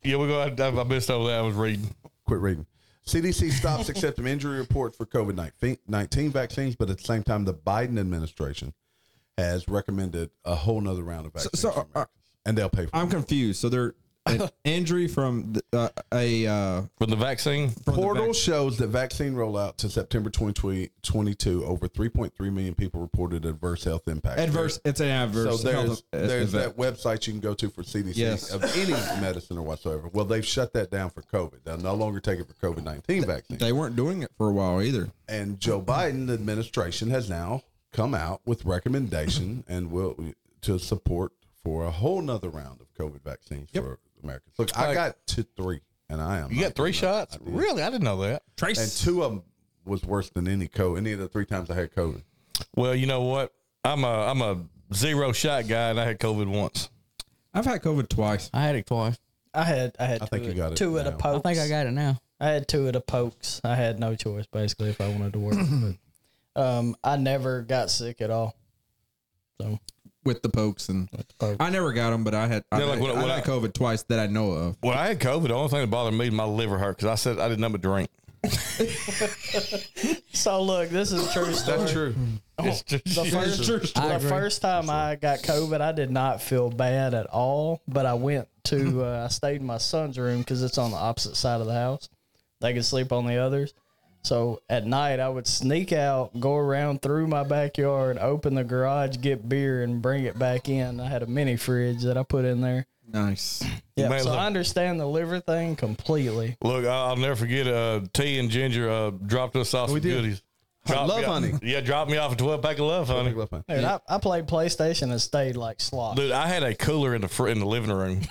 B: yeah, we're going. to I missed over that. I was reading.
A: Quit reading. CDC stops accepting injury reports for COVID 19 vaccines, but at the same time, the Biden administration has recommended a whole nother round of vaccines.
C: so,
A: for
C: uh,
A: Americans, and they'll pay for
C: I'm confused. So they're an injury from the, uh, a uh,
B: From the vaccine,
C: from the
A: Portal
C: vac-
A: shows that vaccine rollout to September 2022, over 3.3 million people reported adverse health impacts.
C: adverse. It's an
A: So
C: adverse.
A: there's,
C: health e-,
A: there's that
C: event.
A: website you can go to for CDC
C: Yes.
A: of any medicine or whatsoever. Well, they've shut that down for COVID. They'll no longer take it for COVID 19 vaccine.
C: They weren't doing it for a while either.
A: And Joe Biden the administration has now come out with recommendation and will to support for a whole nother round of COVID vaccines for Americans. Look, I got to three, and I am
B: you got three shots. really, I didn't know that.
A: and two of them was worse than any COVID. Any of the three times I had COVID.
B: Well, you know what? I'm a I'm a zero shot guy, and I had COVID once.
C: I've had COVID twice.
E: I had it twice.
D: I had I had
A: I think
D: two,
A: you got it
D: two of the
A: now.
D: pokes.
E: I think I got it now.
D: I had two of the pokes. I had no choice basically if I wanted to work. but, um, I never got sick at all. So
C: with the pokes and I never got them, but I had I,
B: Yeah, like
C: had,
B: what-
C: I
B: what
C: had
B: I-
C: COVID twice that I know of.
B: When I had COVID, the only thing that bothered me, my liver hurt because I said I didn't have a drink.
D: so look, this is a true story.
A: true.
B: It's just-
D: The first,
E: I
D: the
E: agree.
D: first time I got COVID, I did not feel bad at all. But I went to, uh, I stayed in my son's room because it's on the opposite side of the house. They could sleep on the others. So at night, I would sneak out, go around through my backyard, open the garage, get beer, and bring it back in. I had a mini fridge that I put in there.
C: Nice.
D: Yeah,
B: Man,
D: so
B: look.
D: I understand the liver thing completely.
B: Look, I- I'll never forget. Uh, T and Ginger uh, dropped us off some
A: did.
B: goodies. Dropped
A: Love
B: me off-
A: honey.
B: Yeah, dropped me off a twelve pack of love honey.
D: Dude, I, I played PlayStation and stayed like slop.
B: Dude, I had a cooler in the fr- in the living room.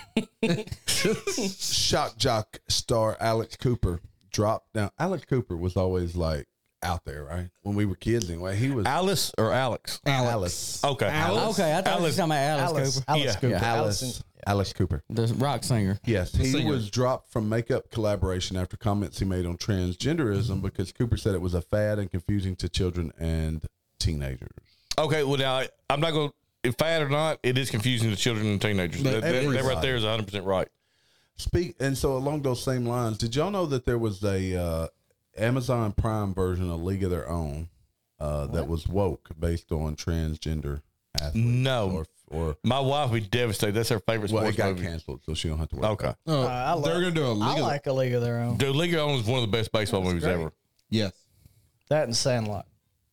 A: Shock jock star Alex Cooper dropped down. Alex Cooper was always like out there, right? When we were kids, anyway, he was
B: Alice or Alex?
A: Alice.
B: Okay, Alice.
E: Okay, I thought you were
B: Alice.
E: talking about Alice,
D: Alice,
E: Cooper,
D: Alice
B: Yeah,
D: Cooper.
A: Alice. Alice Cooper.
E: the rock singer.
A: Yes, he
C: singer.
A: was dropped from makeup collaboration after comments he made on transgenderism because Cooper said it was a fad and confusing to children and teenagers.
B: Okay, well now I- I'm not going. to Fat or not, it is confusing to children and teenagers. That, that, that right there is 100 percent right.
A: Speak and so along those same lines, did y'all know that there was a uh, Amazon Prime version of League of Their Own uh, that was woke based on transgender athletes?
B: No,
A: Or, or
B: my wife would be devastated. That's her favorite
A: well,
B: sports
A: it got
B: movie.
A: canceled, so she don't have to worry. about
B: Okay,
C: Oh,
D: Uh, I like-
C: they're gonna do a legal.
D: I like a league of their own.
B: dude, League of Their Own is one of the best baseball movies
D: great.
B: ever.
C: yes.
D: That and Sandlot.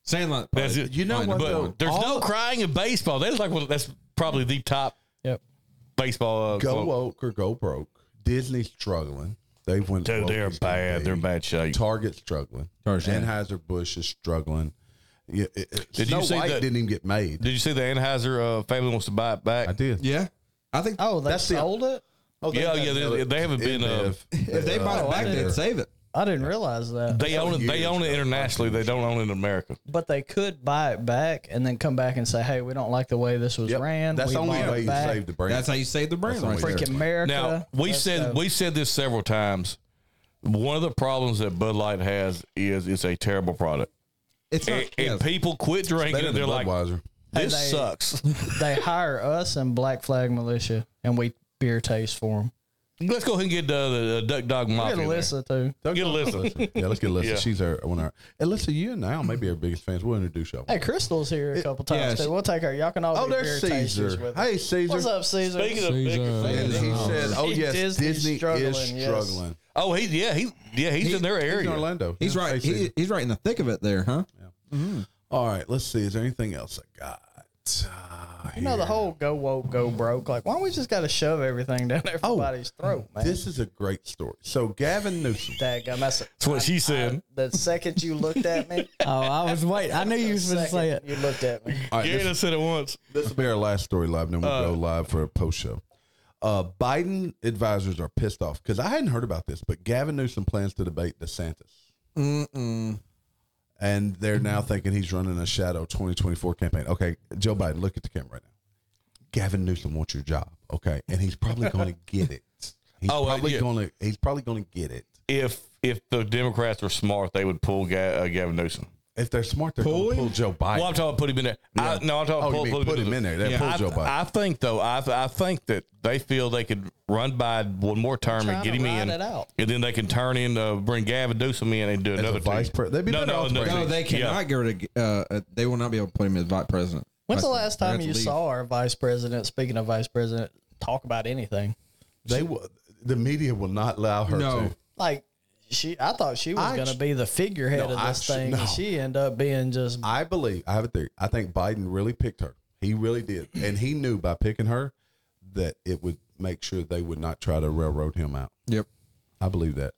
C: Sandlot.
B: That's it.
A: You know
C: Fine,
A: what,
C: but-
A: though?
B: There's no crying in baseball. That's like one, that's probably the top
D: Yep.
B: baseball. Uh,
A: it. Go
B: club.
A: woke or go broke. Disney's struggling. They went.
B: Dude,
A: woke
B: they're
A: as can
B: bad.
A: be.
B: They're in bad shape.
A: Target's struggling.
C: Target.
A: Anheuser Busch is struggling. Yeah, it- it-
B: Did you
A: Snow
B: see
A: White
B: that-
A: didn't even get made.
B: Did you see the Anheuser uh, family wants to buy it back?
A: I did.
C: Yeah, I think
D: Oh, they
A: That's the-
D: sold it.
A: Oh,
B: Yeah, yeah, they, they haven't been. Uh,
C: if they buy it back, they'd save it.
D: I didn't realize that.
B: they own it. They own it internationally. They don't own it in America.
D: But they could buy it back and then come back and say, "Hey, we don't like the way this was ran.
A: That's
D: we
A: the only
D: bought it
A: way you
D: back.
A: save the brand.
C: That's how you save the brand
A: That's
C: right
A: the way
C: there.
A: you
D: Freaking America.
B: Now we
D: Let's
B: said
D: go.
B: we said this several times. One of the problems that Bud Light has is it's a terrible product,
C: It's not,
B: and, and
C: yes.
B: people quit drinking.
A: better
B: it.
A: than
B: They're like,
A: Budweiser.
B: "This
D: Hey, they-
B: sucks."
D: they hire us and Black Flag Militia, and we beer taste for them.
B: Let's go ahead and get uh, the, the Duck Dog Mafia.
D: Get
B: there.
D: Alyssa too.
B: Get Alyssa.
A: Listen, yeah, let's get Alyssa.
B: Yeah.
A: She's our one of our. And Alyssa, you and I may be our biggest fans. We'll introduce y'all.
D: Hey, Crystal's here a couple
C: yeah,
D: times
C: she-
D: too. We'll take her. Y'all can all
A: oh,
D: be beer
A: there's
D: tasters
A: Caesar.
D: with us.
A: Hey, Caesar.
D: What's up, Caesar?
B: Speaking of big
E: Caesar.
A: And
B: fans, uh,
A: he
E: Oh.
A: said, "Oh yes,
D: Disney's
A: Disney
D: struggling,
A: is
D: yes.
A: struggling."
B: oh, he yeah, he yeah, he's in their
A: He's in
B: area.
A: Orlando.
C: he's
A: Yeah.
C: right.
A: Hey,
C: He,
A: Caesar.
C: he's right in the thick of it there, huh?
A: All right, let's see. Is there anything else I got? Ah,
D: you know
A: here.
D: the whole go woke, go broke. Like, why don't we just got to shove everything down everybody's throat, man?
A: This is a great story. So Gavin Newsom.
D: that guy, that's,
B: That's what she said.
D: the second you looked at me,
E: Oh, I was wait. I knew you was going to say
D: second
E: it.
D: you looked at me.
A: All right,
B: yeah,
A: this,
B: I said it once.
A: this will be our last story live, and then we'll go
B: Uh.
A: live for a post show. Uh, Biden advisors are pissed off because I hadn't heard about this, but Gavin Newsom plans to debate DeSantis.
C: Mm-mm.
A: and they're now thinking he's running a shadow 2024 campaign. Okay, Joe Biden, look at the camera right now. Gavin Newsom wants your job, okay, and he's probably going to get it. He's
B: Oh, uh,
A: probably
B: yeah.
A: going to. He's probably going to get it.
B: If if the Democrats were smart, they would pull Ga- uh, Gavin Newsom.
A: If they're smart, they're
C: Pull
A: going
C: him?
A: to pull Joe Biden.
B: Well, I'm talking about put him in there. I, no, I'm talking
A: oh,
B: pull,
A: you mean
B: pull
A: put him in there? They
C: Yeah.
A: pull
B: I,
A: Joe Biden.
B: I think though, I I think that they feel they could run by one more term and
D: Trying
B: get
D: to
B: him
D: ride
B: in,
D: it out.
B: and then they can turn in, uh, bring Gavin Newsom in, and do
A: As
B: another
A: a vice
B: two.
A: president, they'd be
B: No,
A: better
B: no,
A: off
B: no.
A: president.
C: No, they cannot get rid of. Uh, uh, they will not be able to put him as vice president.
D: When's the
C: Vice
D: last
C: president.
D: time
C: They
D: you
C: have to leave.
D: saw our vice president? Speaking of vice president, talk about anything.
A: They will. The media will not allow her
C: No.
A: to.
D: Like she, I thought she was
A: I
D: going to
A: sh-
D: be the figurehead
A: No,
D: of
A: I
D: this
A: sh-
D: thing.
A: no.
D: and She ended up being just
A: I believe I have a theory. I think Biden really picked her. He really did, and he knew by picking her that it would make sure they would not try to railroad him out.
C: Yep,
A: I believe that.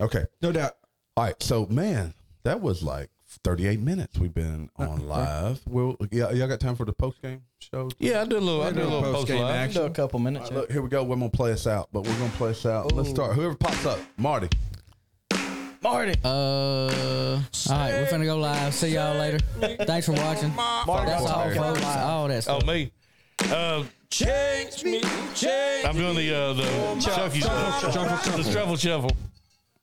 A: Okay.
C: no doubt.
A: All right. So, man, that was like 38 minutes we've been on live. Well, yeah, y'all got time for the post game show?
B: Yeah, I did a little, I did a little post
C: Post-game
B: live.
D: do a couple minutes.
A: Look, here we go. We're going to play us out, but we're going to play us out. Let's start. Whoover pops up, Marty.
D: Marty,
E: Uh, all right, we're finna go live. See y'all later. Thanks for watching. That's all,
D: Marty,
E: folks. All that
B: Oh
E: stuff.
B: me, uh,
F: Change me, change
B: I'm doing the uh, the Chucky shuffle, the shuffle shuffle.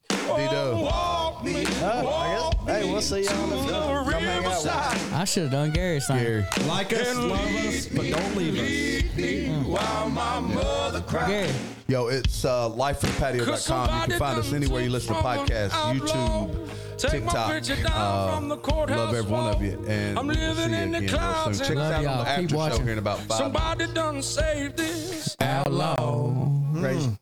A: D-Dub.
F: Walk me,
D: I guess. Hey, we'll see you on the
F: the
D: field. Come hang out with us.
F: riverside.
E: I should have done Gary's thing.
A: Gary.
C: Like us, love us, but don't leave us.
F: While my mother cries.
E: Gary.
A: Yo, it's uh, lifefromthepatio.com. You can find us anywhere you listen to podcasts, YouTube, TikTok. Uh, love every one of you. And
F: I'm
A: we'll see you
F: living in
A: again
F: the
A: real soon.
F: clouds
A: Check us
F: and
A: out on the
E: Love y'all. Keep
A: after show
E: watching.
A: here in about five minutes.
F: Somebody done saved this.
E: Outlaw.
D: Crazy.